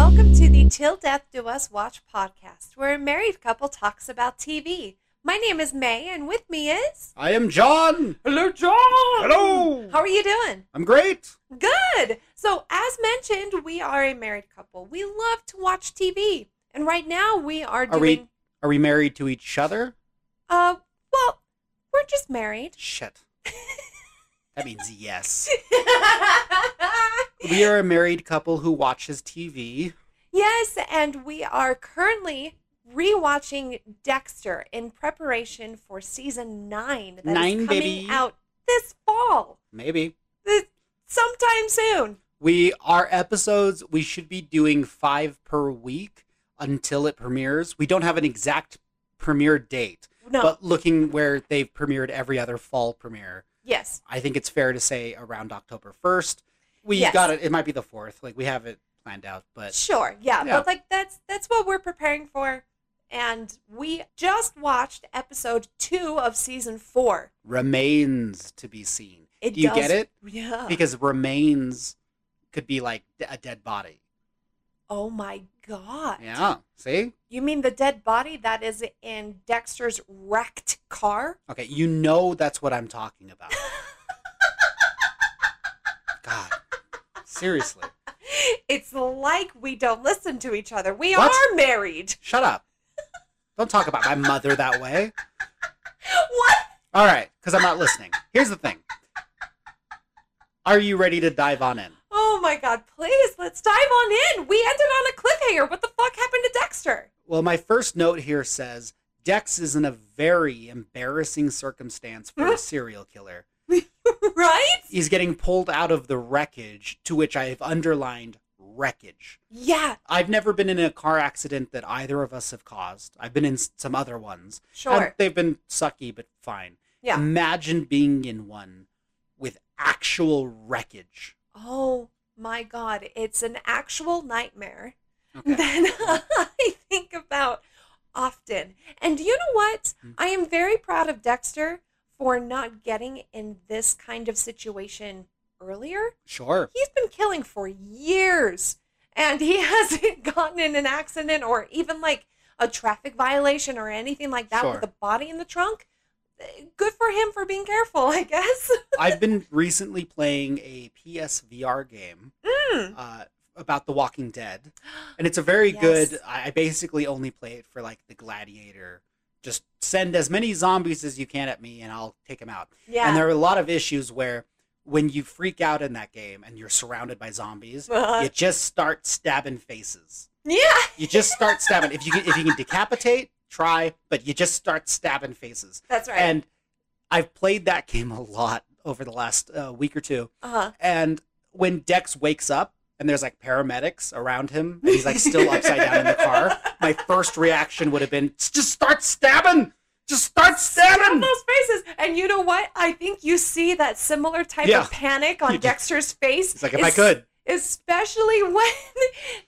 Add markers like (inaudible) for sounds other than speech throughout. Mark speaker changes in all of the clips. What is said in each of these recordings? Speaker 1: a Till Death Do Us Watch podcast where a married couple talks about TV. My name is May, and with me is.
Speaker 2: I am John.
Speaker 1: Hello, John!
Speaker 2: Hello.
Speaker 1: How are you doing?
Speaker 2: I'm great.
Speaker 1: Good! So, as mentioned, we are a married couple. We love to watch TV. And right now we are doing.
Speaker 2: Are we- Are we married to each other?
Speaker 1: Uh, well, we're just (laughs) married.
Speaker 2: Shit. that means yes. We are a married couple who watches TV.
Speaker 1: Yes, and we are currently rewatching Dexter in preparation for season nine that is
Speaker 2: Nine,
Speaker 1: coming
Speaker 2: baby.
Speaker 1: out this fall,
Speaker 2: Maybe.
Speaker 1: th- sometime soon.
Speaker 2: We our episodes we should be doing 5 per week until it premieres. We don't have an exact premiere date,
Speaker 1: No,
Speaker 2: but looking where they've premiered every other fall premiere,
Speaker 1: yes,
Speaker 2: I think it's fair to say around October 1st. We
Speaker 1: Yes.
Speaker 2: got it it might be the 4th. Like we have it planned out, but
Speaker 1: sure, yeah,
Speaker 2: Yeah.
Speaker 1: but like that's that's what we're preparing for, and we just watched episode two of season four.
Speaker 2: remains to be seen.
Speaker 1: It
Speaker 2: Do you
Speaker 1: does- Uh.
Speaker 2: get it?
Speaker 1: Yeah.
Speaker 2: Because remains could be like d- a dead body.
Speaker 1: oh my god.
Speaker 2: Yeah. See?
Speaker 1: You mean the dead body that is in Dexter's wrecked car?
Speaker 2: Okay, you know that's what I'm talking
Speaker 1: (laughs)
Speaker 2: about. God. Seriously.
Speaker 1: It's like we don't listen to each other. We
Speaker 2: What?
Speaker 1: are married.
Speaker 2: Shut up. Don't talk about my mother that way.
Speaker 1: What?
Speaker 2: All right, cuz I'm not listening. Here's the thing. Are you ready to dive on in?
Speaker 1: Oh my god, please, let's dive on in. We ended on a cliffhanger. What the fuck happened to Dexter? (laughs)
Speaker 2: Well, my first note here says Dex is in a very embarrassing circumstance for a serial killer.
Speaker 1: right?
Speaker 2: He's getting pulled out of the wreckage, to which I have underlined wreckage.
Speaker 1: Yeah,
Speaker 2: I've never been in a car accident that either of us have caused. I've been in s- some other ones. and
Speaker 1: sure.
Speaker 2: they've been sucky, but fine.
Speaker 1: Yeah.
Speaker 2: Imagine being in one with actual wreckage.
Speaker 1: Oh my god, it's an actual nightmare
Speaker 2: Okay.
Speaker 1: that (laughs) I think about often. And you know what?
Speaker 2: Hmm.
Speaker 1: I am very proud of Dexter for not getting in this kind of situation earlier.
Speaker 2: Sure.
Speaker 1: he's been killing for years and he (laughs) hasn't gotten in an accident or even like a traffic violation or anything like that
Speaker 2: Sure.
Speaker 1: with a body in the trunk. Eh, Good for him for being careful, I guess.
Speaker 2: I've been recently playing a PSVR game
Speaker 1: Mm.
Speaker 2: uh, about The Walking Dead, and it's
Speaker 1: (gasps)
Speaker 2: a very
Speaker 1: Yes.
Speaker 2: good. I I basically only play it for like the gladiator. Just send as many zombies as you can at me, and I'll take them out.
Speaker 1: Yeah. (laughs)
Speaker 2: And there are a lot of issues where when you freak out in that game and you're surrounded by zombies,
Speaker 1: Uh,
Speaker 2: you just start stabbing faces.
Speaker 1: yeah.
Speaker 2: You just start stabbing. if you can, if you can decapitate, try, but you just start stabbing faces.
Speaker 1: That's right.
Speaker 2: And I've played that game a lot over the last uh, week or two.
Speaker 1: uh-huh.
Speaker 2: And when Dex wakes up and there's like paramedics around him, and he's like still upside down in the
Speaker 1: (laughs)
Speaker 2: car, my first reaction would have been just start stabbing, just start
Speaker 1: Grab
Speaker 2: stabbing.
Speaker 1: those faces. And you know what? I think you see that similar type
Speaker 2: Yeah.
Speaker 1: of panic on
Speaker 2: (laughs) You just-
Speaker 1: Dexter's face.
Speaker 2: It's like if I
Speaker 1: es-
Speaker 2: could.
Speaker 1: Especially (laughs) when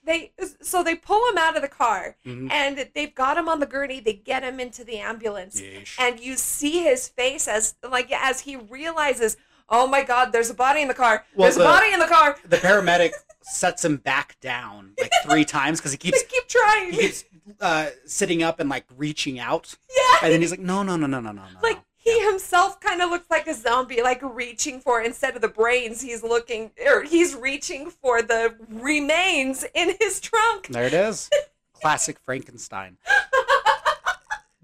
Speaker 1: they so they pull him out of the car
Speaker 2: Mhm.
Speaker 1: and they've got him on the gurney, they get him into the ambulance. and you see his face as like as he realizes oh my god there's a body in the car
Speaker 2: Well,
Speaker 1: there's
Speaker 2: the-
Speaker 1: a body in the car
Speaker 2: the paramedic sets him back down like three times because he
Speaker 1: they
Speaker 2: keeps
Speaker 1: keep trying
Speaker 2: he keeps uh, sitting up and like reaching out,
Speaker 1: (laughs) yeah
Speaker 2: and then he's like, no, no, no, no, no, no, no.
Speaker 1: like he himself kind of looks like a zombie like reaching for instead of the brains he's looking or he's reaching for the remains in his trunk
Speaker 2: There it is. Classic Frankenstein.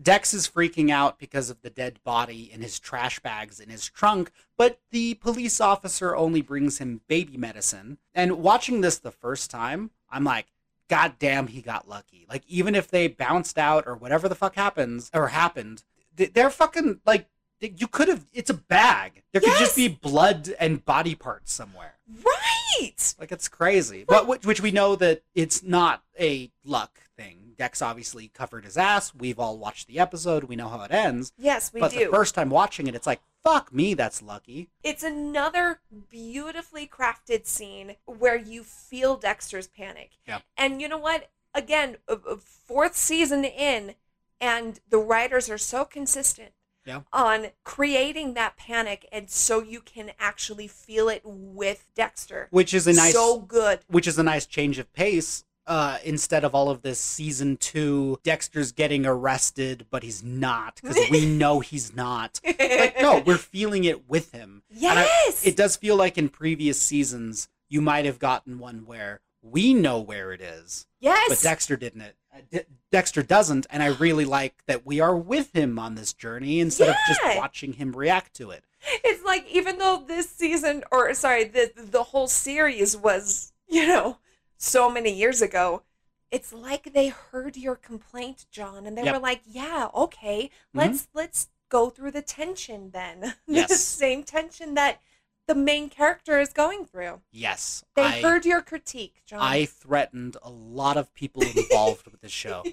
Speaker 2: Dex is freaking out because of the dead body in his trash bags in his trunk, but the police officer only brings him baby medicine. And watching this the first time, I'm like, God damn, he got lucky. Like, even if they bounced out or whatever the fuck happens or happened, th- they're fucking like, th- you could have, it's a bag. There could just be
Speaker 1: Yes.
Speaker 2: blood and body parts somewhere.
Speaker 1: right
Speaker 2: Like it's crazy, but which, which we know that it's not a luck thing. Dex obviously covered his ass. We've all watched the episode. We know how it ends.
Speaker 1: yes we
Speaker 2: but
Speaker 1: do
Speaker 2: the first time watching it, it's like, fuck me, that's lucky.
Speaker 1: it's another beautifully crafted scene where you feel Dexter's panic.
Speaker 2: Yeah.
Speaker 1: And you know what? Again, a- a fourth season in, and the writers are so consistent
Speaker 2: Yeah.
Speaker 1: on creating that panic, and so you can actually feel it with Dexter.
Speaker 2: Which is a nice,
Speaker 1: So good.
Speaker 2: which is a nice change of pace uh, instead of all of this season two, Dexter's getting arrested, but he's not because
Speaker 1: (laughs)
Speaker 2: we know he's not. Like, no, we're feeling it with him. And I-
Speaker 1: yes.
Speaker 2: It does feel like in previous seasons, you might have gotten one where we know where it is,
Speaker 1: yes.
Speaker 2: but Dexter didn't. It. uh, De- Dexter doesn't, and I really like that we are with him on this journey instead of just
Speaker 1: Yeah.
Speaker 2: watching him react to it.
Speaker 1: it's like even though this season or sorry the the whole series was you know so many years ago it's like they heard your complaint john and they
Speaker 2: Yep. Mm-hmm.
Speaker 1: were like yeah okay let's let's go through the tension then (laughs) the
Speaker 2: Yes.
Speaker 1: same tension that the main character is going through
Speaker 2: Yes,
Speaker 1: they
Speaker 2: I,
Speaker 1: heard your critique john (laughs)
Speaker 2: I threatened a lot of people involved with the show.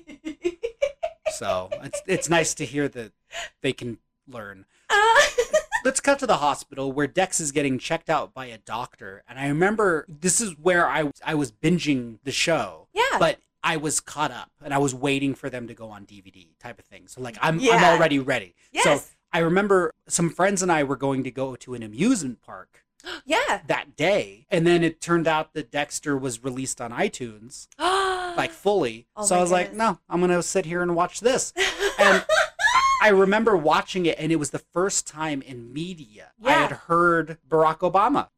Speaker 2: So it's it's nice to hear that they can learn.
Speaker 1: Uh,
Speaker 2: Let's cut to the hospital where Dex is getting checked out by a doctor. And I remember this is where I I was binging the show,
Speaker 1: yeah
Speaker 2: but I was caught up and I was waiting for them to go on DVD type of thing. So like I'm I'm
Speaker 1: Yeah.
Speaker 2: already ready. So
Speaker 1: yes
Speaker 2: I remember some friends and I were going to go to an amusement park
Speaker 1: yeah
Speaker 2: that day, and then it turned out that Dexter was released on iTunes
Speaker 1: (gasps)
Speaker 2: like fully.
Speaker 1: Oh
Speaker 2: so I
Speaker 1: my
Speaker 2: was like,
Speaker 1: goodness.
Speaker 2: no, I'm gonna sit here and watch this.
Speaker 1: (gasps)
Speaker 2: and I- I remember watching it, and it was the first time in media I
Speaker 1: Yeah.
Speaker 2: had heard Barack Obama.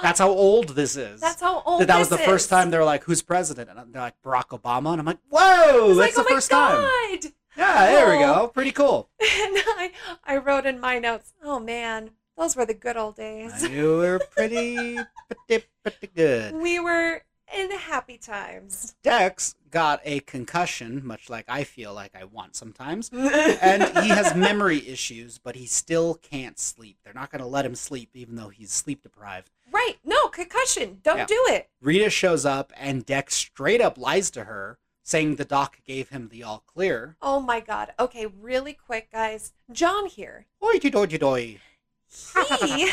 Speaker 2: That's how old this is.
Speaker 1: That's how old
Speaker 2: that, that was the
Speaker 1: this
Speaker 2: first
Speaker 1: is.
Speaker 2: time they're like, "Who's president?" And they're like, "Barack Obama," and I'm like, "Whoa,
Speaker 1: It's
Speaker 2: that's
Speaker 1: like,
Speaker 2: the
Speaker 1: oh
Speaker 2: first
Speaker 1: my
Speaker 2: time."
Speaker 1: God.
Speaker 2: Yeah, there we
Speaker 1: Cool.
Speaker 2: go. Pretty cool.
Speaker 1: (laughs) And I, I wrote in my notes, oh man, those were the good old days.
Speaker 2: you were pretty, pretty, pretty good.
Speaker 1: We were in happy times.
Speaker 2: Dex got a concussion, much like I feel like I want sometimes. and he has memory issues, but he still can't sleep. They're not going to let him sleep, even though he's sleep deprived.
Speaker 1: (laughs) right, no, concussion. Don't
Speaker 2: Yeah.
Speaker 1: do it.
Speaker 2: Rita shows up, and Dex straight up lies to her, saying the doc gave him the all clear.
Speaker 1: Oh my god. Okay, really quick, guys. John here.
Speaker 2: Oity doity doy. (laughs)
Speaker 1: He,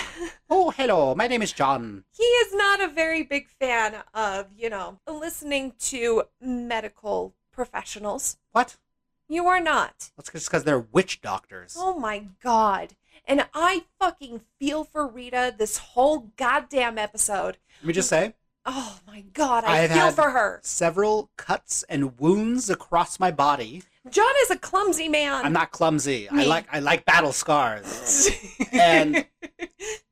Speaker 2: Oh, hello. My name is John.
Speaker 1: he is not a very big fan of, you know, listening to medical professionals.
Speaker 2: What?
Speaker 1: You are not.
Speaker 2: That's just because they're witch doctors.
Speaker 1: Oh my god. And I fucking feel for Rita this whole goddamn episode.
Speaker 2: Let me just say
Speaker 1: Oh my god, I
Speaker 2: I've
Speaker 1: feel
Speaker 2: had-
Speaker 1: for her.
Speaker 2: several cuts and wounds across my body.
Speaker 1: John is a clumsy man. (laughs)
Speaker 2: I'm not clumsy. I
Speaker 1: Me.
Speaker 2: like I like battle scars.
Speaker 1: (laughs)
Speaker 2: And-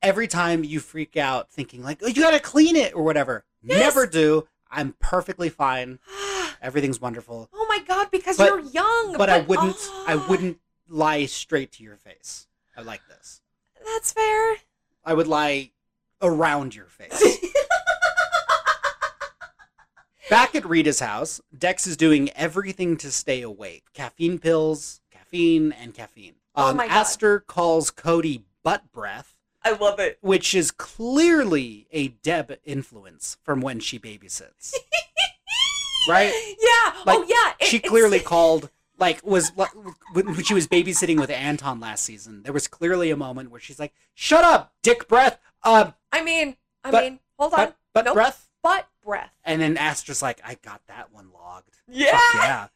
Speaker 2: every time you freak out thinking like oh, you gotta clean it or whatever
Speaker 1: Yes.
Speaker 2: never do i'm perfectly fine everything's wonderful
Speaker 1: oh my god, because
Speaker 2: But-
Speaker 1: you're young.
Speaker 2: but, i wouldn't i
Speaker 1: ah,
Speaker 2: wouldn't lie straight to your face i like this
Speaker 1: That's fair.
Speaker 2: i would lie around
Speaker 1: (laughs)
Speaker 2: your face back at rita's house dex is doing everything to stay awake caffeine pills caffeine and caffeine
Speaker 1: Oh
Speaker 2: um,
Speaker 1: my God.
Speaker 2: aster calls cody butt breath
Speaker 1: I love it.
Speaker 2: which is clearly a Deb influence from when
Speaker 1: (laughs)
Speaker 2: she babysits. right?
Speaker 1: (gasps) Yeah. oh
Speaker 2: Like,
Speaker 1: yeah. it-
Speaker 2: She
Speaker 1: it's-
Speaker 2: clearly called like was like, when when she was babysitting with Anton last season. There was clearly a moment where she's like, "Shut up, dick breath, uh,
Speaker 1: I mean, I
Speaker 2: But-
Speaker 1: mean, hold on.
Speaker 2: butt, butt
Speaker 1: Nope.
Speaker 2: breath,"
Speaker 1: Butt breath.
Speaker 2: and then Astra's like, "I got that one logged."
Speaker 1: (laughs) Yeah.
Speaker 2: Fuck yeah!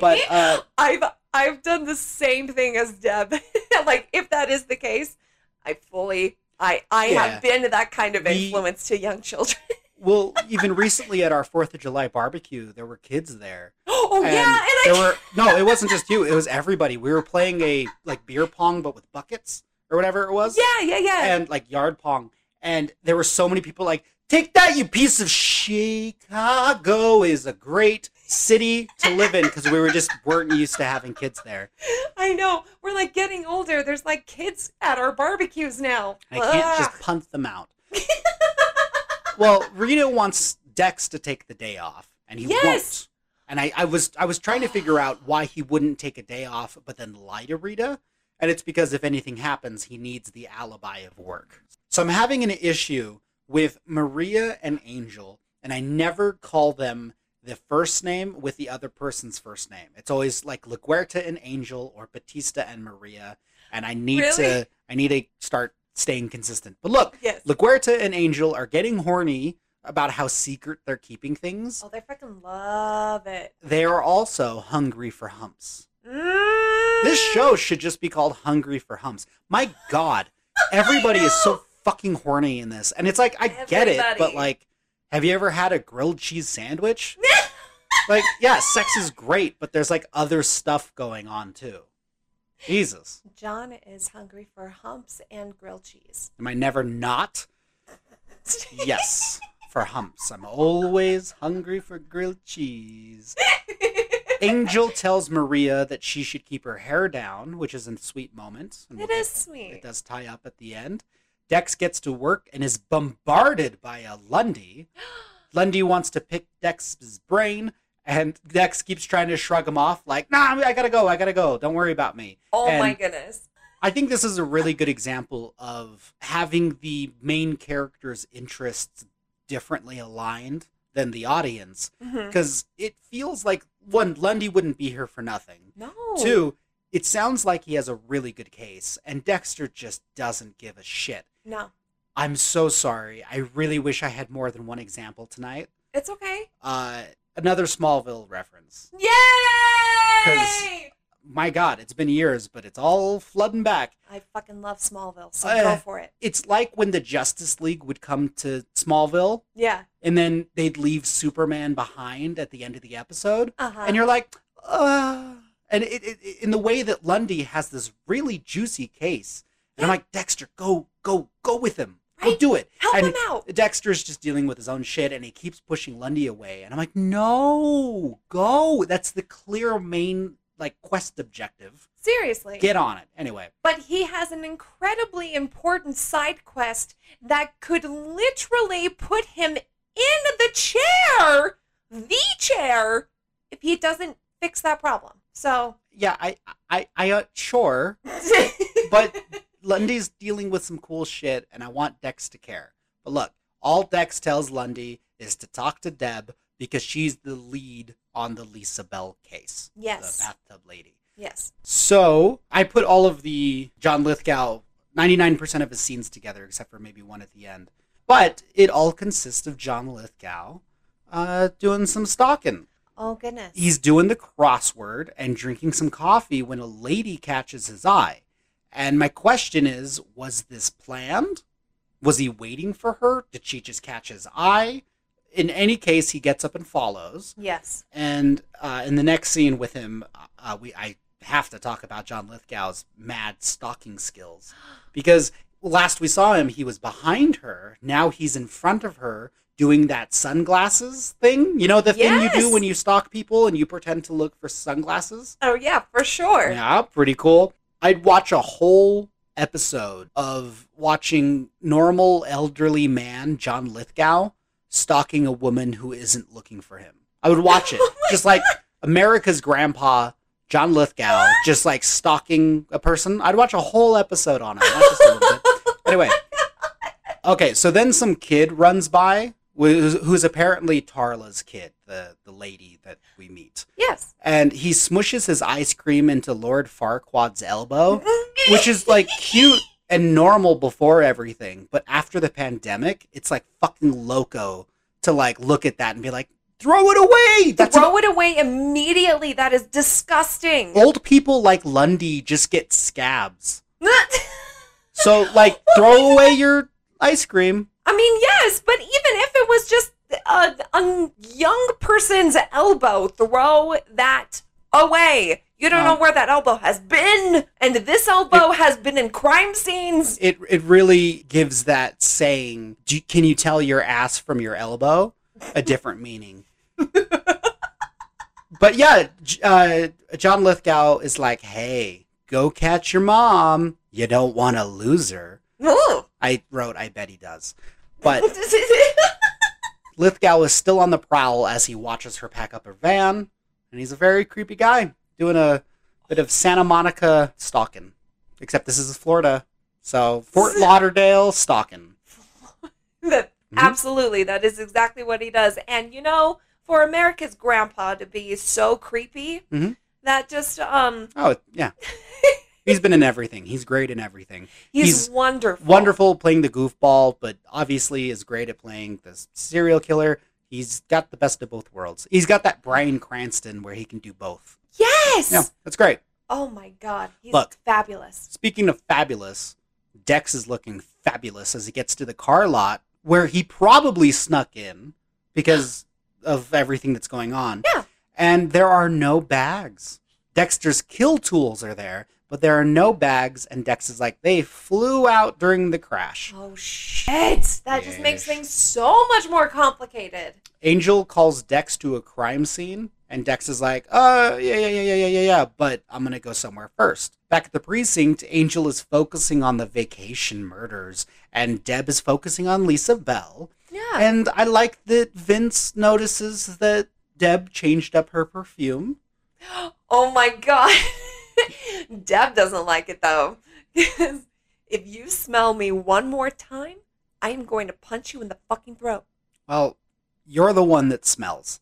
Speaker 2: But uh,
Speaker 1: I've I've done the same thing as Deb. (laughs) like if that is the case, I fully I I
Speaker 2: Yeah.
Speaker 1: have been that kind of
Speaker 2: We-
Speaker 1: influence to young children. (gasps)
Speaker 2: well, even recently at our Fourth of July barbecue, there were kids there.
Speaker 1: oh
Speaker 2: and
Speaker 1: yeah, and I
Speaker 2: there were no, it wasn't just you. It was everybody. We were playing a like beer pong, but with buckets or whatever it was.
Speaker 1: Yeah, yeah, yeah.
Speaker 2: and like yard pong. And there were so many people like, take that, you piece of Chicago is a great city to live in because we were just weren't used to having kids there.
Speaker 1: I know. We're like getting older. There's like kids at our barbecues now.
Speaker 2: I can't
Speaker 1: Ugh.
Speaker 2: just punt them out. (laughs) well, Rita wants Dex to take the day off, and he won't.
Speaker 1: Yes.
Speaker 2: And I, I was I was trying to figure out why he wouldn't take a day off, but then lie to Rita. And it's because if anything happens, he needs the alibi of work. So I'm having an issue with Maria and Angel, and I never call them the first name with the other person's first name. It's always like LaGuerta and Angel or Batista and Maria, and I need to
Speaker 1: Really?
Speaker 2: I need to start staying consistent. But look,
Speaker 1: Yes.
Speaker 2: LaGuerta and Angel are getting horny about how secret they're keeping things.
Speaker 1: Oh, they freaking love it.
Speaker 2: They are also hungry for humps.
Speaker 1: Mm.
Speaker 2: This show should just be called Hungry for Humps. My god, everybody is so fucking horny in this. And it's like I get it, but
Speaker 1: Everybody.
Speaker 2: like have you ever had a grilled cheese sandwich? Like, yeah, sex is great, but there's like other stuff going on too. Jesus.
Speaker 1: John is hungry for humps and grilled cheese.
Speaker 2: Am I never not? (laughs) Yes. For humps. I'm always hungry for grilled cheese. Angel tells Maria that she should keep her hair down, which is a sweet moment.
Speaker 1: (laughs)
Speaker 2: and
Speaker 1: It
Speaker 2: we'll
Speaker 1: is
Speaker 2: get-
Speaker 1: sweet.
Speaker 2: It does tie up at the end. Dex gets to work and is bombarded by a
Speaker 1: (gasps)
Speaker 2: Lundy. Lundy wants to pick Dex's brain, and Dex keeps trying to shrug him off, like, nah, I gotta go, I gotta go. Don't worry about me.
Speaker 1: Oh my
Speaker 2: And-
Speaker 1: goodness.
Speaker 2: I think this is a really good example of having the main character's interests differently aligned than the audience
Speaker 1: Mhm.
Speaker 2: because it feels like one Lundy wouldn't be here for nothing.
Speaker 1: No.
Speaker 2: Two, it sounds like he has a really good case and Dexter just doesn't give a shit.
Speaker 1: No.
Speaker 2: I'm so sorry. I really wish I had more than one example tonight.
Speaker 1: It's okay.
Speaker 2: Uh another Smallville reference.
Speaker 1: Yay!
Speaker 2: My god, it's been years, but it's all flooding back.
Speaker 1: I fucking love Smallville, so
Speaker 2: Uh,
Speaker 1: go for it.
Speaker 2: It's like when the Justice League would come to Smallville
Speaker 1: Yeah.
Speaker 2: and then they'd leave Superman behind at the end of the episode.
Speaker 1: Uh huh.
Speaker 2: and you're like, uh, and it, it, it- in the way that Lundy has this really juicy case, and I'm like, Dexter, go, go, go with him, go
Speaker 1: Right?
Speaker 2: do it.
Speaker 1: Help
Speaker 2: and
Speaker 1: him out.
Speaker 2: Dexter's just dealing with his own shit, and he keeps pushing Lundy away, and I'm like, no, go. That's the clear main like quest objective.
Speaker 1: Seriously.
Speaker 2: Get on it. Anyway,
Speaker 1: but he has an incredibly important side quest that could literally put him in the chair, the chair, if he doesn't fix that problem. So,
Speaker 2: yeah, I, I, I, uh, sure, (laughs) but Lundy's dealing with some cool shit, and I want Dex to care. But look, all Dex tells Lundy is to talk to Deb because she's the lead on the Lisa Bell case,
Speaker 1: yes,
Speaker 2: the bathtub lady.
Speaker 1: yes,
Speaker 2: So I put all of the John Lithgow, 99% of his scenes together, except for maybe one at the end. But it all consists of John Lithgow uh, doing some stalking.
Speaker 1: oh goodness,
Speaker 2: He's doing the crossword and drinking some coffee when a lady catches his eye. And my question is was this planned? Was he waiting for her? Did she just catch his eye? In any case, he gets up and follows.
Speaker 1: yes,
Speaker 2: And uh, in the next scene with him, uh, we I have to talk about John Lithgow's mad stalking skills because last we saw him, he was behind her. Now he's in front of her doing that sunglasses thing. You know the thing you do
Speaker 1: Yes.
Speaker 2: when you stalk people and you pretend to look for sunglasses.
Speaker 1: oh yeah, for sure.
Speaker 2: Yeah, pretty cool. I'd watch a whole episode of watching normal elderly man John Lithgow stalking a woman who isn't looking for him. I would watch
Speaker 1: (laughs)
Speaker 2: it.
Speaker 1: Oh my
Speaker 2: just like America's grandpa
Speaker 1: (laughs)
Speaker 2: John Lithgow just like stalking a person. I'd watch a whole episode on it. Not just a
Speaker 1: (laughs)
Speaker 2: little bit. Anyway. Okay, so then some kid runs by who's, who's apparently Tarla's kid, the the lady that we meet
Speaker 1: Yes,
Speaker 2: and he smushes his ice cream into Lord
Speaker 1: (laughs)
Speaker 2: Farquaad's elbow, Oh, which is like cute and normal before everything, but after the pandemic, it's like fucking loco to like look at that and be like, throw it away. That's an-
Speaker 1: throw it away immediately. That is disgusting.
Speaker 2: old people like Lundy just get scabs. Oh.
Speaker 1: (laughs)
Speaker 2: So like, throw away your ice cream.
Speaker 1: I mean, yes, but even if it was just a, a young person's elbow, throw that away. You don't
Speaker 2: Um,
Speaker 1: know where that elbow has been, and this elbow has been in crime scenes.
Speaker 2: It it really gives that saying, do, "Can you tell your ass from your elbow?" a different meaning. but yeah, J- uh, John Lithgow is like, "Hey, go catch your mom. You don't want to lose her."
Speaker 1: (laughs) Ooh.
Speaker 2: I wrote, "I bet he does."
Speaker 1: (laughs)
Speaker 2: But Mm-hmm. Lithgow is still on the prowl as he watches her pack up her van, and he's a very creepy guy doing a bit of Santa Monica stalking. Except this is Florida, so Fort Lauderdale stalking.
Speaker 1: That-
Speaker 2: Mhm.
Speaker 1: Absolutely, that is exactly what he does. And you know, for America's grandpa to be so creepy,
Speaker 2: Mhm.
Speaker 1: that just um,
Speaker 2: Oh yeah, he's been in everything. He's great in everything.
Speaker 1: he's,
Speaker 2: He's
Speaker 1: wonderful.
Speaker 2: Wonderful playing the goofball, but obviously is great at playing the s- serial killer. He's got the best of both worlds. He's got that Brian Cranston where he can do both.
Speaker 1: Yes.
Speaker 2: Yeah, that's great.
Speaker 1: Oh my God, he's
Speaker 2: Look.
Speaker 1: fabulous.
Speaker 2: Speaking of fabulous, Dex is looking fabulous as he gets to the car lot where he probably snuck in because of everything that's going on.
Speaker 1: Yeah.
Speaker 2: and there are no bags. Dexter's kill tools are there, but there are no bags, and Dex is like, they flew out during the crash.
Speaker 1: Oh shit! That just makes
Speaker 2: Yes.
Speaker 1: things so much more complicated.
Speaker 2: Angel calls Dex to a crime scene, and Dex is like, uh, yeah, yeah, yeah, yeah, yeah, yeah, yeah, but I'm gonna go somewhere first. Back at the precinct, Angel is focusing on the vacation murders, and Deb is focusing on Lisa Bell.
Speaker 1: Yeah.
Speaker 2: And I like that Vince notices that Deb changed up her perfume.
Speaker 1: oh my god. (laughs) Deb doesn't like it though. (laughs) 'Cause if you smell me one more time, I am going to punch you in the fucking throat. (laughs)
Speaker 2: Well, you're the one that smells.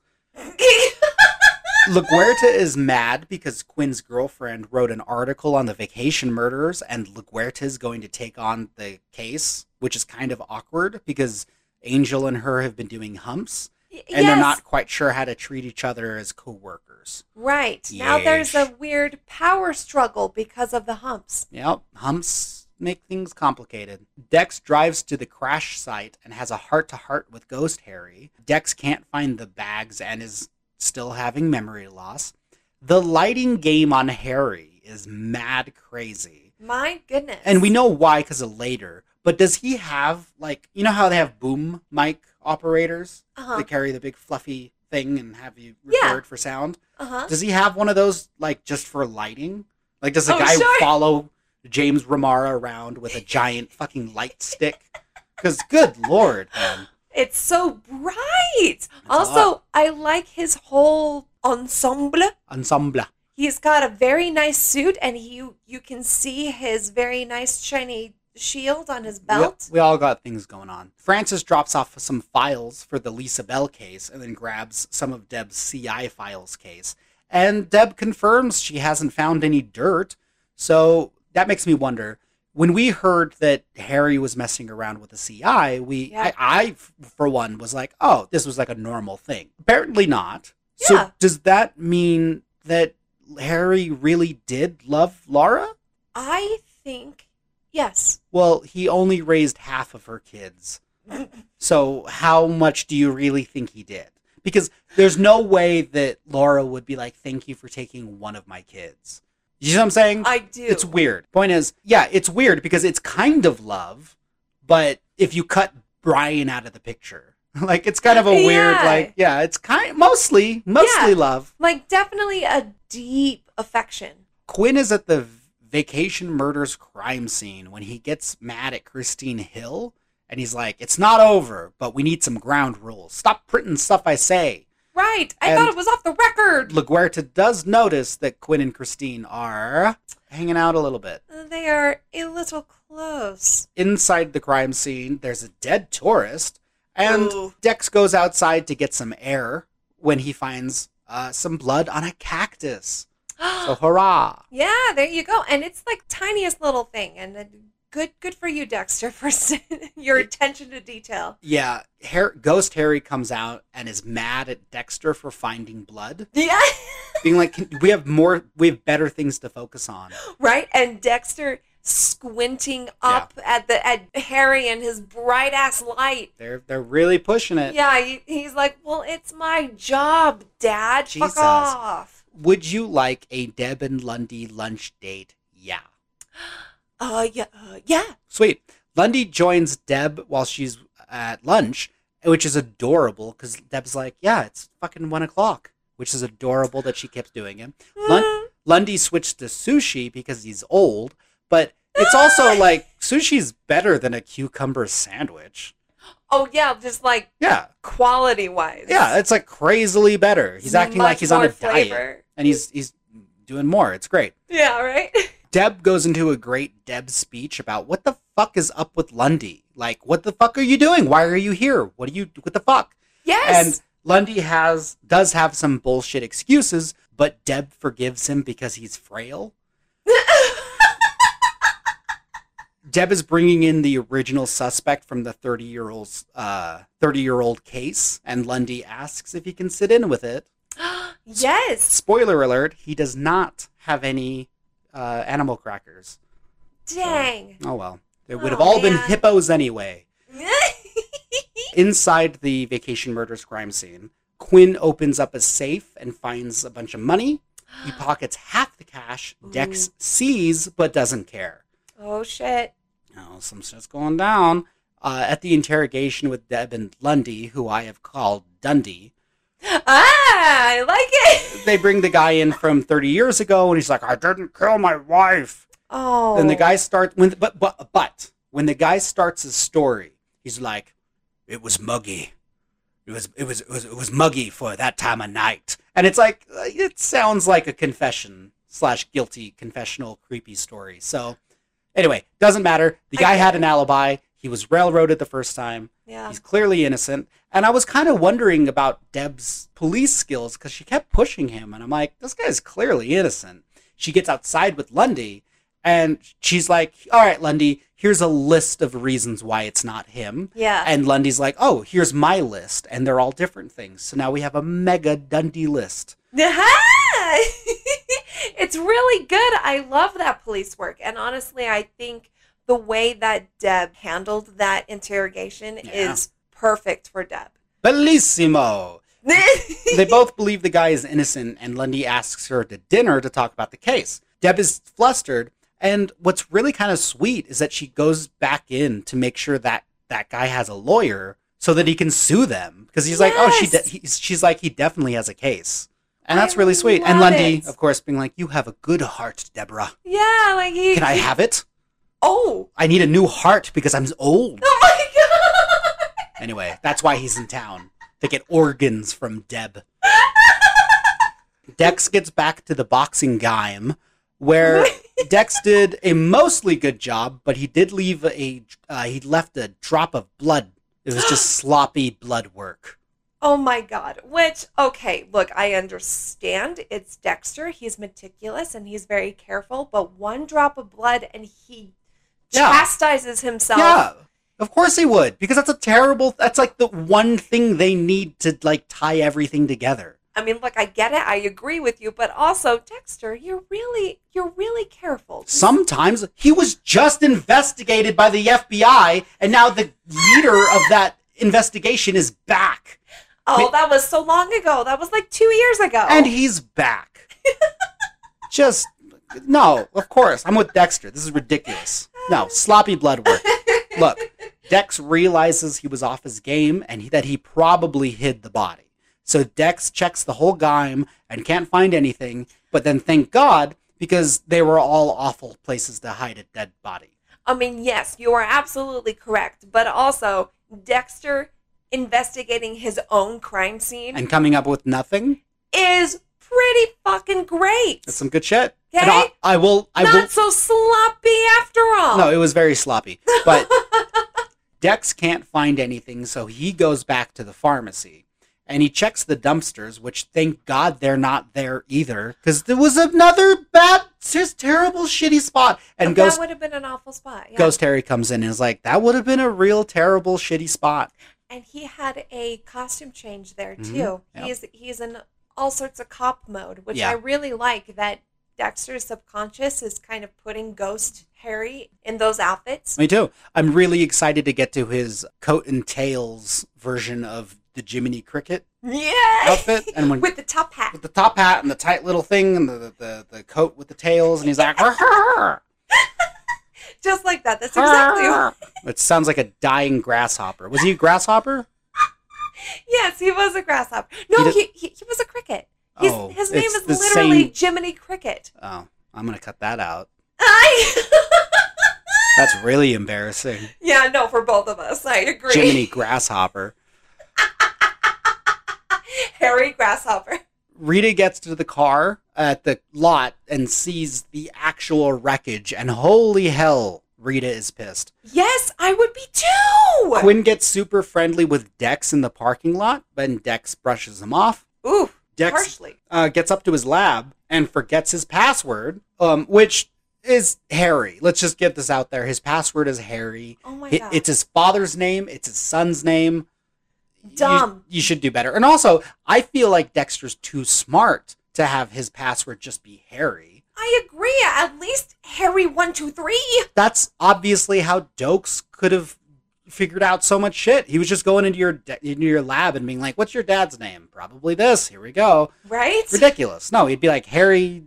Speaker 2: LaGuerta is mad because Quinn's girlfriend wrote an article on the vacation murderers, and LaGuerta is going to take on the case, which is kind of awkward because Angel and her have been doing humps,
Speaker 1: Y-
Speaker 2: and
Speaker 1: yes.
Speaker 2: they're not quite sure how to treat each other as co workers.
Speaker 1: right now. There's
Speaker 2: Yeesh.
Speaker 1: a weird power struggle because of the humps.
Speaker 2: Yep, humps make things complicated. Dex drives to the crash site and has a heart to heart with Ghost Harry. Dex can't find the bags and is still having memory loss. The lighting game on Harry is mad crazy.
Speaker 1: My goodness.
Speaker 2: And we know why because of later. But does he have, like, you know how they have boom mic operators
Speaker 1: Uh
Speaker 2: that
Speaker 1: huh.
Speaker 2: carry the big fluffy thing and have you
Speaker 1: Yeah.
Speaker 2: record for sound?
Speaker 1: Uh huh.
Speaker 2: Does he have one of those like just for lighting? Like does the
Speaker 1: Oh,
Speaker 2: guy
Speaker 1: sure.
Speaker 2: follow James Ramara around with a giant fucking light stick? Because good lord, man.
Speaker 1: It's so bright. also, I like his whole ensemble.
Speaker 2: ensemble.
Speaker 1: He's got a very nice suit, and you you can see his very nice shiny shield on his
Speaker 2: We-
Speaker 1: belt.
Speaker 2: We, all got things going on. Francis drops off some files for the Lisa Bell case and then grabs some of Deb's CI files case. And Deb confirms she hasn't found any dirt. So that makes me wonder. When we heard that Harry was messing around with the CI, we
Speaker 1: Yeah.
Speaker 2: I, I f- for one was like, "Oh, this was like a normal thing." Apparently not. So
Speaker 1: Yeah.
Speaker 2: does that mean that Harry really did love Laura?
Speaker 1: I think yes.
Speaker 2: Well, he only raised half of her kids. So how much do you really think he did? Because there's no way that Laura would be like, "Thank you for taking one of my kids." You see what I'm saying?
Speaker 1: I do.
Speaker 2: It's weird. Point is, yeah, it's weird because it's kind of love, but if you cut Brian out of the picture, (laughs) like it's kind of a weird,
Speaker 1: Yeah.
Speaker 2: like, yeah, it's kind mostly mostly
Speaker 1: Yeah.
Speaker 2: love.
Speaker 1: like definitely a deep affection.
Speaker 2: Quinn is at the vacation murders crime scene when he gets mad at Christine Hill and he's like, It's not over, but we need some ground rules. Stop printing stuff I say.
Speaker 1: Right. I
Speaker 2: And-
Speaker 1: thought it was off the record.
Speaker 2: LaGuerta does notice that Quinn and Christine are hanging out a little bit.
Speaker 1: They are a little close.
Speaker 2: Inside the crime scene, there's a dead tourist, and
Speaker 1: Ooh.
Speaker 2: Dex goes outside to get some air when he finds uh, some blood on a cactus. So, hurrah!
Speaker 1: (gasps) Yeah, there you go. And it's like tiniest little thing. And then good good for you, Dexter, (laughs) for s- your attention to detail.
Speaker 2: Yeah, Har Ghost Harry comes out and is mad at Dexter for finding blood,
Speaker 1: Yeah.
Speaker 2: being like, "Can- "We have more, we have better things to focus on."
Speaker 1: right? And Dexter squinting up at the at Harry and his bright ass light.
Speaker 2: They're they're really pushing it.
Speaker 1: Yeah, he, he's like, "Well, it's my job, Dad.
Speaker 2: Jesus.
Speaker 1: Fuck off."
Speaker 2: Would you like a Deb and Lundy lunch date? Yeah,
Speaker 1: Uh, yeah, uh, yeah.
Speaker 2: sweet. Lundy joins Deb while she's at lunch, which is adorable because Deb's like, "Yeah, it's fucking one o'clock," which is adorable that she kept doing it. Lun-
Speaker 1: Mm,
Speaker 2: Lundy switched to sushi because he's old, but it's also like sushi's better than a cucumber sandwich.
Speaker 1: oh yeah, just like
Speaker 2: Yeah.
Speaker 1: quality wise.
Speaker 2: Yeah, it's like crazily better. He's acting like he's on a diet and he's he's doing more. It's great.
Speaker 1: Yeah, right. (laughs)
Speaker 2: Deb goes into a great Deb speech about what the fuck is up with Lundy? Like, what the fuck are you doing? Why are you here? What are you what the fuck?
Speaker 1: yes.
Speaker 2: And Lundy has does have some bullshit excuses, but Deb forgives him because
Speaker 1: (laughs)
Speaker 2: he's frail. Deb is bringing in the original suspect from the 30 year old's uh, 30 year old case, and Lundy asks if he can sit in with it.
Speaker 1: (gasps) yes.
Speaker 2: Spoiler alert: he does not have any uh, animal crackers.
Speaker 1: Dang. (laughs)
Speaker 2: Oh well, they would have
Speaker 1: Oh,
Speaker 2: all been
Speaker 1: man.
Speaker 2: hippos anyway. Inside the vacation murders crime scene, Quinn opens up a safe and finds a bunch of money. He pockets half the cash. Dex sees but doesn't care.
Speaker 1: Oh shit.
Speaker 2: Oh, some shit's going down. Uh, at the interrogation with Deb and Lundy, who I have called Dundee,
Speaker 1: Ah, I like it.
Speaker 2: they bring the guy in from 30 years ago, and he's like, "I didn't kill my wife."
Speaker 1: Oh.
Speaker 2: And the guy starts when, but but but when the guy starts his story, he's like, "It was muggy. It was it was it was, it was muggy for that time of night." And it's like uh, it sounds like a confession slash guilty confessional creepy story. So anyway, doesn't matter. The
Speaker 1: I
Speaker 2: guy
Speaker 1: get
Speaker 2: had
Speaker 1: it.
Speaker 2: an alibi. He was railroaded the first time.
Speaker 1: Oh, Yeah.
Speaker 2: He's clearly innocent. And I was kind of wondering about Deb's police skills because she kept pushing him. And I'm like, this guy's clearly innocent. She gets outside with Lundy and she's like, all right, Lundy, here's a list of reasons why it's not him.
Speaker 1: Yeah.
Speaker 2: And Lundy's like, oh, here's my list. And they're all different things. So now we have a mega Dundee list.
Speaker 1: Ah! (laughs) it's really good. I love that police work. And honestly, I think the way that Deb handled that interrogation
Speaker 2: Yeah.
Speaker 1: is perfect for Deb.
Speaker 2: Bellissimo. they both believe the guy is innocent, and Lundy asks her to dinner to talk about the case. Deb is flustered, and what's really kind of sweet is that she goes back in to make sure that that guy has a lawyer so that he can sue them because he's like, oh, she, de-
Speaker 1: Yes.
Speaker 2: he's, she's like, he definitely has a case, and that's
Speaker 1: I
Speaker 2: really sweet. And
Speaker 1: love
Speaker 2: Lundy,
Speaker 1: it.
Speaker 2: of course, being like, you have a good heart, Deborah.
Speaker 1: (laughs) yeah, like he.
Speaker 2: Can I have it?
Speaker 1: (laughs) Oh.
Speaker 2: I need a new heart because I'm
Speaker 1: (laughs)
Speaker 2: old.
Speaker 1: Oh my god.
Speaker 2: Anyway, that's why he's in town to get organs from Deb. Dex gets back to the boxing game, where Dex did a mostly good job, but he did leave a uh, he left a drop of blood. It was just sloppy blood work.
Speaker 1: Oh my god. Which okay, look, I understand it's Dexter. He's meticulous and he's very careful, but one drop of blood and he
Speaker 2: Yeah.
Speaker 1: chastises himself.
Speaker 2: Yeah, of course he would, because that's a terrible. That's like the one thing they need to like tie everything together.
Speaker 1: I mean, look, I get it. I agree with you, but also, Dexter, you're really, you're really careful.
Speaker 2: Sometimes he was just investigated by the FBI, and now the leader of that investigation is back.
Speaker 1: Oh, that was so long ago. That was like two years ago.
Speaker 2: And he's back. (laughs) just, no, of course. I'm with Dexter. This is ridiculous. No, sloppy blood work. Look, Dex realizes he was off his game and he, that he probably hid the body. So Dex checks the whole game and can't find anything, but then thank God because they were all awful places to hide a dead body.
Speaker 1: I mean, yes, you are absolutely correct, but also Dexter investigating his own crime scene
Speaker 2: and coming up with nothing.
Speaker 1: is pretty fucking great.
Speaker 2: That's some good shit.
Speaker 1: Okay.
Speaker 2: And I, I will. I
Speaker 1: Not
Speaker 2: will.
Speaker 1: so sloppy after all.
Speaker 2: No, it was very sloppy. But (laughs) Dex can't find anything, so he goes back to the pharmacy and he checks the dumpsters, which thank God they're not there either, because there was another bad, just terrible, shitty spot.
Speaker 1: that
Speaker 2: And Ghost
Speaker 1: would have been an awful spot. Yeah.
Speaker 2: Ghost Harry comes in and is like, "That would have been a real terrible, shitty spot."
Speaker 1: and he had a costume change there
Speaker 2: Mhm,
Speaker 1: too.
Speaker 2: yep.
Speaker 1: He's he's in all sorts of cop mode, which
Speaker 2: Yeah.
Speaker 1: I really like. That Dexter's subconscious is kind of putting Ghost Harry in those outfits.
Speaker 2: Me too. I'm really excited to get to his coat and tails version of the Jiminy Cricket
Speaker 1: Yeah,
Speaker 2: outfit, and when
Speaker 1: (laughs) with the top hat.
Speaker 2: with the top hat and the tight little thing and the the, the, the coat with the tails and he's like "Har, har, har,
Speaker 1: Just like that. That's exactly. what-
Speaker 2: har." it sounds like a dying grasshopper was he a grasshopper
Speaker 1: Yes, he was a grasshopper. No,
Speaker 2: He
Speaker 1: he, he, he was a cricket. He's,
Speaker 2: oh
Speaker 1: his name
Speaker 2: it's
Speaker 1: is
Speaker 2: the
Speaker 1: literally
Speaker 2: same
Speaker 1: Jiminy Cricket.
Speaker 2: oh i'm gonna cut that out
Speaker 1: I, (laughs)
Speaker 2: that's really embarrassing
Speaker 1: yeah, no, for both of us, I agree.
Speaker 2: jiminy grasshopper
Speaker 1: Harry Grasshopper.
Speaker 2: rita gets to the car at the lot and sees the actual wreckage and holy hell rita is pissed
Speaker 1: Yes, I would be too.
Speaker 2: quinn gets super friendly with dex in the parking lot but dex brushes him off
Speaker 1: Ooh,
Speaker 2: dex
Speaker 1: harshly.
Speaker 2: uh, gets up to his lab and forgets his password, um, which is Harry. Let's just get this out there. His password is Harry.
Speaker 1: Oh my
Speaker 2: Hi-
Speaker 1: god.
Speaker 2: it's his father's name. It's his son's name. You-
Speaker 1: Dumb.
Speaker 2: You, should do better. And also, I feel like Dexter's too smart to have his password just be Harry.
Speaker 1: I agree. At least Harry one two three.
Speaker 2: That's obviously how Dokes could have figured out so much shit. He was just going into your da- into your lab and being like, "What's your dad's name? Probably this. Here we go."
Speaker 1: right?
Speaker 2: Ridiculous. No, he'd be like Harry.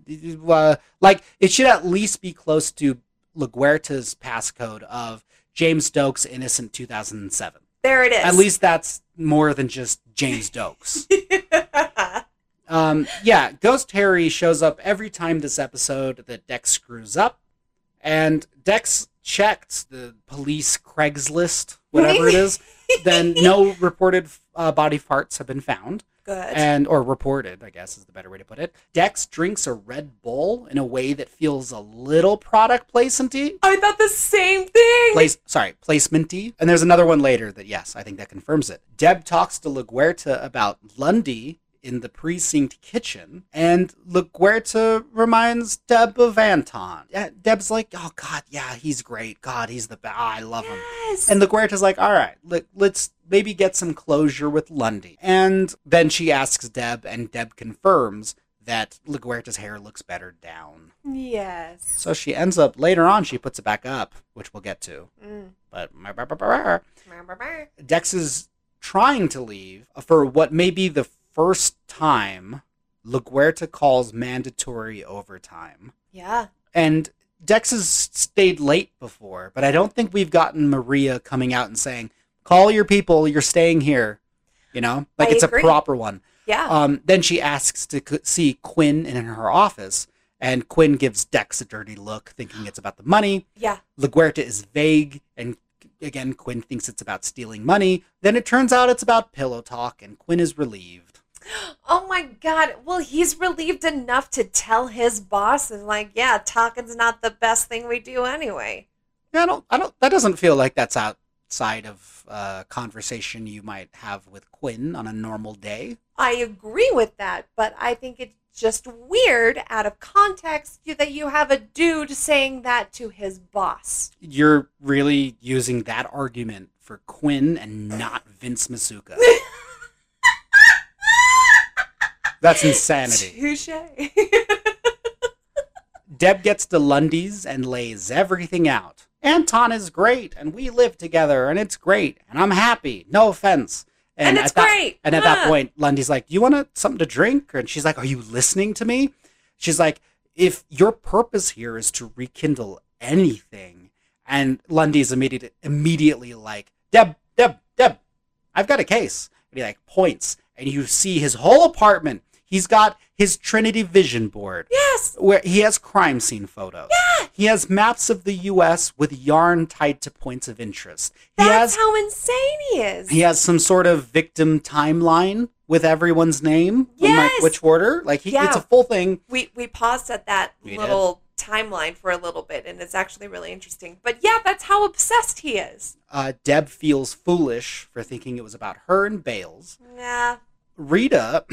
Speaker 2: Uh, like it should at least be close to LaGuerta's passcode of James Doakes, innocent, two thousand and seven.
Speaker 1: There it is.
Speaker 2: At least that's more than just James Doakes. um, yeah, Ghost Harry shows up every time this episode that Dex screws up, and Dex checked the police Craigslist, whatever it is. then no reported uh, body parts have been found,
Speaker 1: (laughs) Good.
Speaker 2: and or reported, I guess is the better way to put it. Dex drinks a Red Bull in a way that feels a little product placenty.
Speaker 1: I thought the same thing.
Speaker 2: Place, sorry, placementy. And there's another one later that yes, I think that confirms it. Deb talks to LaGuerta about Lundy in the precinct kitchen, and LaGuerta reminds Deb of Anton. Yeah, Deb's like, oh god, yeah, he's great. God, he's the best. I love him.
Speaker 1: yes.
Speaker 2: And LaGuerta's like, all right, let, let's maybe get some closure with Lundy. And then she asks Deb, and Deb confirms that LaGuerta's hair looks better down.
Speaker 1: yes.
Speaker 2: So she ends up later on, she puts it back up, which we'll get to.
Speaker 1: Mm.
Speaker 2: But
Speaker 1: Brr-brr-brr.
Speaker 2: Dex is trying to leave for what may be the first time LaGuerta calls mandatory overtime.
Speaker 1: Yeah.
Speaker 2: And Dex has stayed late before, but I don't think we've gotten Maria coming out and saying, "Call your people, you're staying here." You know, like
Speaker 1: I
Speaker 2: it's
Speaker 1: agree. Oh.
Speaker 2: a proper one.
Speaker 1: Yeah.
Speaker 2: Um, then she asks to c- see Quinn in her office, and Quinn gives Dex a dirty look, thinking it's about the money.
Speaker 1: yeah.
Speaker 2: LaGuerta is vague, and again, Quinn thinks it's about stealing money. Then it turns out it's about pillow talk, and Quinn is relieved.
Speaker 1: Oh my God. Well, he's relieved enough to tell his boss, and like, yeah, talking's not the best thing we do anyway.
Speaker 2: Yeah, I don't, I don't. That doesn't feel like that's outside of uh, conversation you might have with Quinn on a normal day.
Speaker 1: I agree with that, but I think it's just weird out of context you- that you have a dude saying that to his boss.
Speaker 2: You're really using that argument for Quinn and not Vince Masuka. that's insanity. (laughs)
Speaker 1: Touche. (laughs)
Speaker 2: Deb gets to Lundy's and lays everything out. Anton is great, and we live together, and it's great, and I'm happy. No offense.
Speaker 1: And it's
Speaker 2: at that-
Speaker 1: great.
Speaker 2: And at that
Speaker 1: Huh.
Speaker 2: point, Lundy's like, "Do you want to something to drink?" And she's like, "Are you listening to me?" She's like, "If your purpose here is to rekindle anything," and Lundy's immediate, immediately like, "Deb, Deb, Deb, I've got a case." And he like points, and you see his whole apartment. He's got his Trinity Vision board
Speaker 1: yes.
Speaker 2: where he has crime scene photos. Yeah. He has maps of the U.S. with yarn tied to points of interest. he has
Speaker 1: That's how insane he is.
Speaker 2: he has some sort of victim timeline with everyone's name in like
Speaker 1: Yes!
Speaker 2: which order. Like he, it's
Speaker 1: Yeah.
Speaker 2: a full thing.
Speaker 1: we we paused at that
Speaker 2: We did.
Speaker 1: little timeline for a little bit and it's actually really interesting but yeah that's how obsessed he is
Speaker 2: Uh, Deb feels foolish for thinking it was about her and Bales.
Speaker 1: yeah
Speaker 2: Rita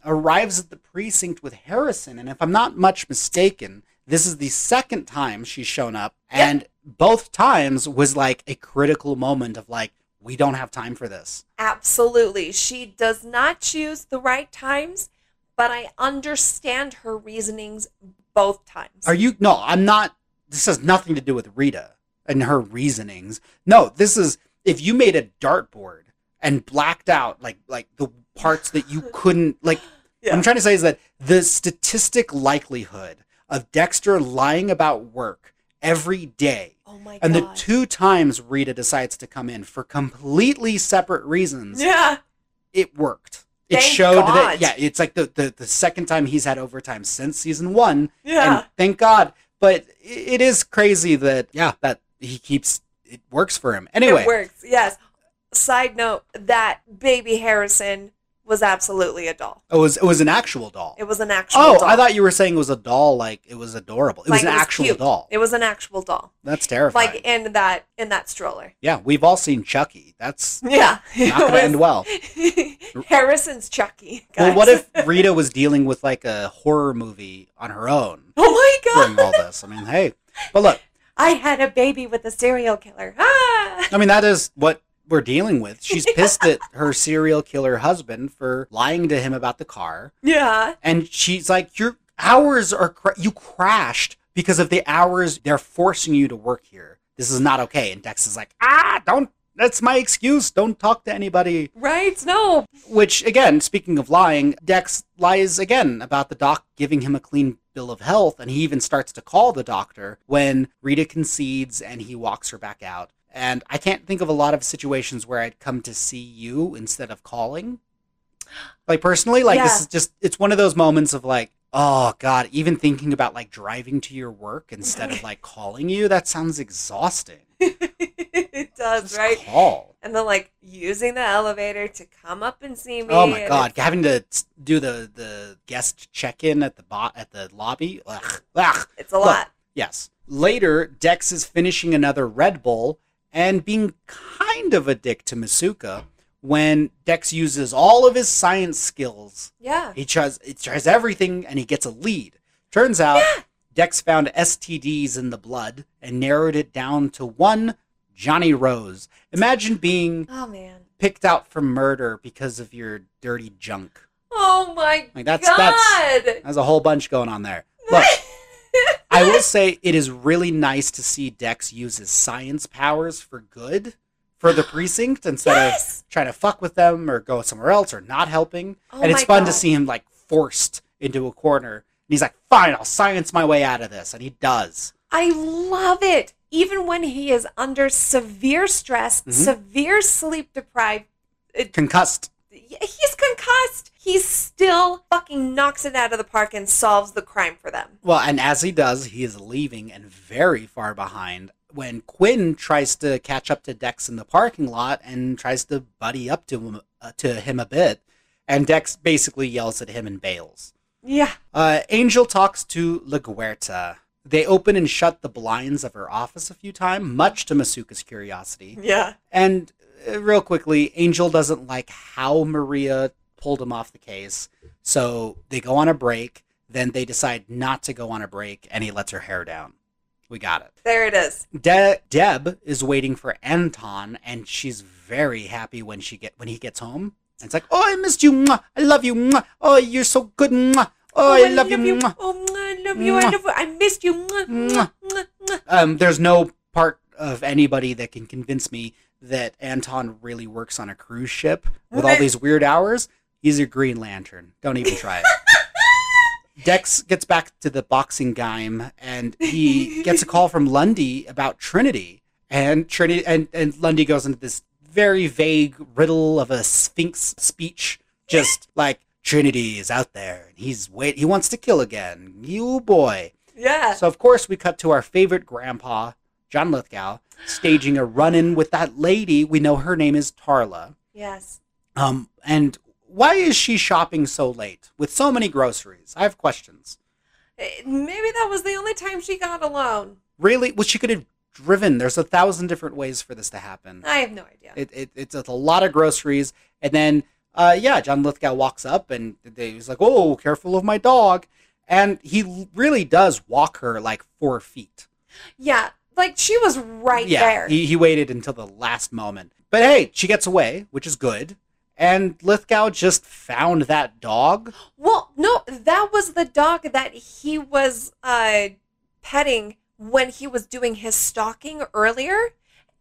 Speaker 2: (clears throat) arrives at the precinct with Harrison, and if I'm not much mistaken, this is the second time she's shown up,
Speaker 1: Yep.
Speaker 2: and both times was like a critical moment of like, we don't have time for this.
Speaker 1: absolutely she does not choose the right times but i understand her reasonings both times
Speaker 2: Are you? No, I'm not. This has nothing to do with Rita and her reasonings. No, this is if you made a dartboard and blacked out like like the parts
Speaker 1: (laughs)
Speaker 2: that you couldn't like. What
Speaker 1: Yeah.
Speaker 2: I'm trying to say is that the statistic likelihood of Dexter lying about work every day.
Speaker 1: oh my
Speaker 2: And the
Speaker 1: god
Speaker 2: two times Rita decides to come in for completely separate reasons,
Speaker 1: yeah
Speaker 2: it worked. It
Speaker 1: Thank
Speaker 2: showed that
Speaker 1: God.
Speaker 2: yeah, it's like the, the the second time he's had overtime since season one,
Speaker 1: yeah
Speaker 2: and thank God. But i- it is crazy that yeah, that he keeps it works for him. Anyway,
Speaker 1: it works yes side note that baby harrison was absolutely a doll
Speaker 2: it was it was an actual doll.
Speaker 1: it was an actual
Speaker 2: oh,
Speaker 1: doll
Speaker 2: I thought you were saying it was a doll. Like it was adorable. It
Speaker 1: Like,
Speaker 2: was an actual
Speaker 1: cute.
Speaker 2: doll.
Speaker 1: it was an actual doll
Speaker 2: That's terrifying.
Speaker 1: like in that in that stroller
Speaker 2: yeah, we've all seen Chucky.
Speaker 1: (laughs)
Speaker 2: That's
Speaker 1: Yeah.
Speaker 2: (laughs) not going to end well.
Speaker 1: (laughs) Harrison's Chucky.
Speaker 2: Well,
Speaker 1: Guys.
Speaker 2: what if Rita was dealing with like a horror movie on her own
Speaker 1: (laughs) Oh my god! (laughs)
Speaker 2: during all this? I mean, hey, but look,
Speaker 1: I had a baby with a serial killer. Ah!
Speaker 2: I mean, that is what we're dealing with. She's pissed at her serial killer husband for lying to him about the car.
Speaker 1: Yeah.
Speaker 2: and she's like your hours are cr- you crashed because of the hours they're forcing you to work here this is not okay and dex is like ah don't That's my excuse. Don't talk to anybody.
Speaker 1: Right? No. (laughs)
Speaker 2: Which, again, speaking of lying, Dex lies again about the doc giving him a clean bill of health, and he even starts to call the doctor when Rita concedes and he walks her back out. And I can't think of a lot of situations where I'd come to see you instead of calling. Like, personally, like,
Speaker 1: Yeah.
Speaker 2: this is just, it's one of those moments of like, oh, God, even thinking about like driving to your work instead of like calling you, that sounds exhausting.
Speaker 1: it does,
Speaker 2: Just
Speaker 1: right?
Speaker 2: Call.
Speaker 1: And then like using the elevator to come up and see me.
Speaker 2: Oh my
Speaker 1: and
Speaker 2: god, having to s- do the the guest check in at the bot at the lobby. Ugh. Ugh.
Speaker 1: It's a lot.
Speaker 2: Yes. Later, Dex is finishing another Red Bull and being kind of a dick to Masuka when Dex uses all of his science skills.
Speaker 1: Yeah.
Speaker 2: He tries he tries everything and he gets a lead. Turns out Dex found STDs in the blood and narrowed it down to one Johnny Rose. Imagine being
Speaker 1: Oh man.
Speaker 2: picked out for murder because of your dirty junk.
Speaker 1: Oh my
Speaker 2: Like, that's-
Speaker 1: god.
Speaker 2: that's- There's a whole bunch going on there. Look,
Speaker 1: (laughs)
Speaker 2: I will say it is really nice to see Dex use his science powers for good
Speaker 1: (gasps)
Speaker 2: for the precinct instead
Speaker 1: yes.
Speaker 2: of trying to fuck with them or go somewhere else or not helping.
Speaker 1: Oh
Speaker 2: and it's
Speaker 1: my
Speaker 2: fun to
Speaker 1: God.
Speaker 2: see him like forced into a corner. And he's like, fine, I'll science my way out of this. And he does.
Speaker 1: I love it. Even when he is under severe stress,
Speaker 2: Mhm.
Speaker 1: severe sleep deprived,
Speaker 2: Concussed.
Speaker 1: he's concussed. He still fucking knocks it out of the park and solves the crime for them.
Speaker 2: Well, and as he does, he is leaving and very far behind. When Quinn tries to catch up to Dex in the parking lot and tries to buddy up to him, uh, to him a bit, and Dex basically yells at him and bails.
Speaker 1: Yeah.
Speaker 2: Uh, Angel talks to LaGuerta. They open and shut the blinds of her office a few times, much to Masuka's curiosity.
Speaker 1: Yeah.
Speaker 2: And uh, real quickly, Angel doesn't like how Maria pulled him off the case. So they go on a break. Then they decide not to go on a break, and he lets her hair down. We got it.
Speaker 1: There it is.
Speaker 2: De- Deb is waiting for Anton, and she's very happy when she get when he gets home. And it's like, oh, I missed you. Mwah. I love you. Mwah. Oh, you're so good. Mwah. Oh, I, love, you. Mwah.
Speaker 1: Oh, mwah, I love you. I
Speaker 2: Mwah.
Speaker 1: love you. I missed you. Mwah, mwah,
Speaker 2: Mwah.
Speaker 1: mwah, mwah.
Speaker 2: Um, there's no part of anybody that can convince me that Anton really works on a cruise ship with all these weird hours. He's a Green Lantern. Don't even try it. Dex gets back to the boxing game, and he gets a call from Lundy about Trinity. And Trinity and, and Lundy goes into this very vague riddle of a Sphinx speech, just like Trinity is out there and he's wait he wants to kill again. You boy.
Speaker 1: Yeah.
Speaker 2: So of course we cut to our favorite grandpa, John Lithgow, staging a run-in with that lady. We know her name is Tarla.
Speaker 1: yes.
Speaker 2: Um, and why is she shopping so late with so many groceries? I have questions.
Speaker 1: Eh, Maybe that was the only time she got alone.
Speaker 2: Really, well, she could have driven. There's a thousand different ways for this to happen.
Speaker 1: I have no idea.
Speaker 2: It, it, it's a lot of groceries, and then uh, yeah, John Lithgow walks up and they, he's like, "Oh, careful of my dog," and he l- really does walk her like four feet.
Speaker 1: yeah. Like she was right there.
Speaker 2: He, he waited until the last moment. But hey, she gets away, which is good. And Lithgow just found that dog.
Speaker 1: Well, no, that was the dog that he was uh, petting when he was doing his stalking earlier.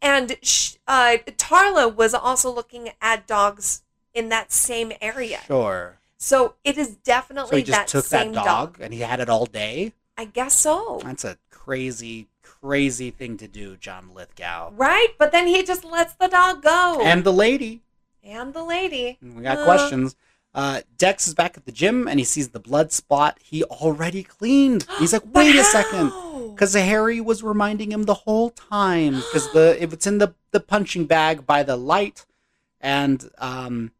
Speaker 1: And sh- uh, Tarla was also looking at dogs in that same area.
Speaker 2: Sure.
Speaker 1: So it is
Speaker 2: So
Speaker 1: definitely
Speaker 2: he just
Speaker 1: Oh, that
Speaker 2: took
Speaker 1: same
Speaker 2: that dog, and he had it all day.
Speaker 1: I guess so.
Speaker 2: That's a crazy, crazy thing to do, John Lithgow.
Speaker 1: Right? But then he just lets the dog go.
Speaker 2: And the lady.
Speaker 1: And the lady.
Speaker 2: We got
Speaker 1: Oh. Uh.
Speaker 2: questions. Uh, Dex is back at the gym and he sees the blood spot he already cleaned.
Speaker 1: (gasps)
Speaker 2: He's like,
Speaker 1: But
Speaker 2: wait a second.
Speaker 1: how?
Speaker 2: Because Harry was reminding him the whole time. Because the if it's in the the punching bag by the light, and um,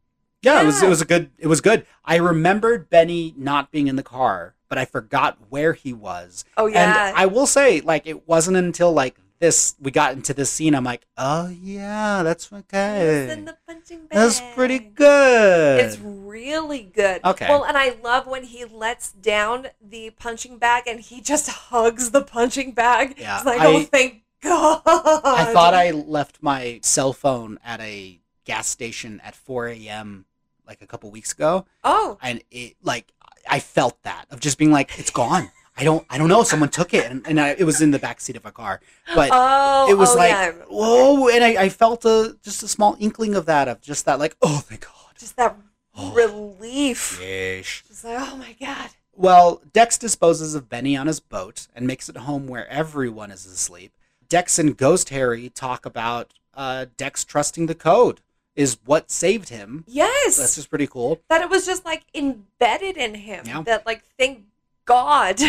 Speaker 2: yeah, it was it
Speaker 1: Yeah.
Speaker 2: was a good it was good. I remembered Benny not being in the car, but I forgot where he was.
Speaker 1: Oh, yeah.
Speaker 2: And I will say, like, it wasn't until like this we got into this scene. I'm like, oh yeah, that's
Speaker 1: He was
Speaker 2: okay.
Speaker 1: in the punching bag.
Speaker 2: That's pretty good.
Speaker 1: It's really good.
Speaker 2: Okay.
Speaker 1: Well, and I love when he lets down the punching bag and he just hugs the punching bag.
Speaker 2: Yeah,
Speaker 1: It's like,
Speaker 2: I-
Speaker 1: oh, thank God.
Speaker 2: I thought I left my cell phone at a gas station at 4 a.m. like a couple weeks ago.
Speaker 1: Oh,
Speaker 2: and it like I felt that of just being like, it's gone. I don't I don't know. Someone took it and, and I, it was in the backseat of a car. But
Speaker 1: oh,
Speaker 2: it was
Speaker 1: oh,
Speaker 2: like
Speaker 1: yeah.
Speaker 2: whoa, and I, I felt a just a small inkling of that of just that like oh thank God.
Speaker 1: just that
Speaker 2: Oh.
Speaker 1: relief.
Speaker 2: Yeesh.
Speaker 1: Just like, oh my god.
Speaker 2: Well, Dex disposes of Benny on his boat and makes it home where everyone is asleep. Dex and Ghost Harry talk about uh, Dex trusting the code is what saved him.
Speaker 1: Yes.
Speaker 2: That's just pretty cool.
Speaker 1: that it was just like embedded in him.
Speaker 2: Yeah.
Speaker 1: That like thank God.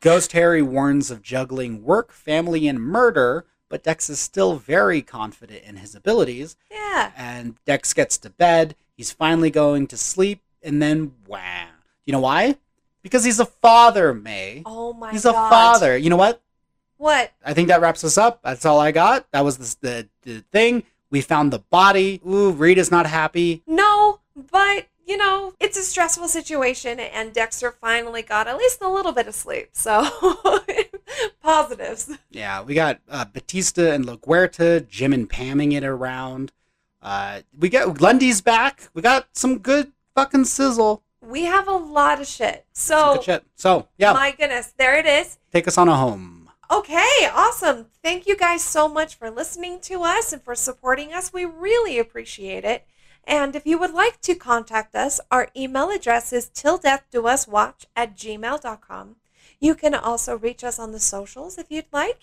Speaker 2: Ghost Harry warns of juggling work, family, and murder, but Dex is still very confident in his abilities.
Speaker 1: (laughs) yeah.
Speaker 2: And Dex gets to bed. He's finally going to sleep, and then wham. You know why? Because he's a father, May.
Speaker 1: Oh my
Speaker 2: he's
Speaker 1: god.
Speaker 2: a father. You know what?
Speaker 1: What?
Speaker 2: I think that wraps us up. That's all I got. That was the, the, the thing. We found the body. Ooh, Rita's not happy.
Speaker 1: No, but you know, it's a stressful situation and Dexter finally got at least a little bit of sleep. So (laughs) positives.
Speaker 2: Yeah, we got uh, Batista and LaGuerta, Jim and Pamming it around. Uh, we got Lundy's back. We got some good fucking sizzle.
Speaker 1: We have a lot of shit.
Speaker 2: Some
Speaker 1: So
Speaker 2: good shit. So, yeah,
Speaker 1: Oh. my goodness, there it is.
Speaker 2: take us on a home.
Speaker 1: Okay, awesome. Thank you guys so much for listening to us and for supporting us. We really appreciate it. And if you would like to contact us, our email address is till death do us watch at gmail.com. You can also reach us on the socials if you'd like.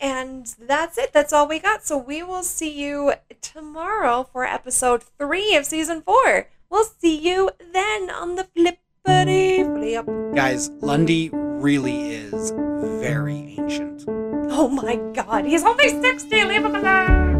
Speaker 1: And that's it. That's all we got. So we will see you tomorrow for episode three of season four. We'll see you then on the flippity flip.
Speaker 2: Guys, Lundy really is very ancient.
Speaker 1: Oh my god, he's only 60. Leave him alone.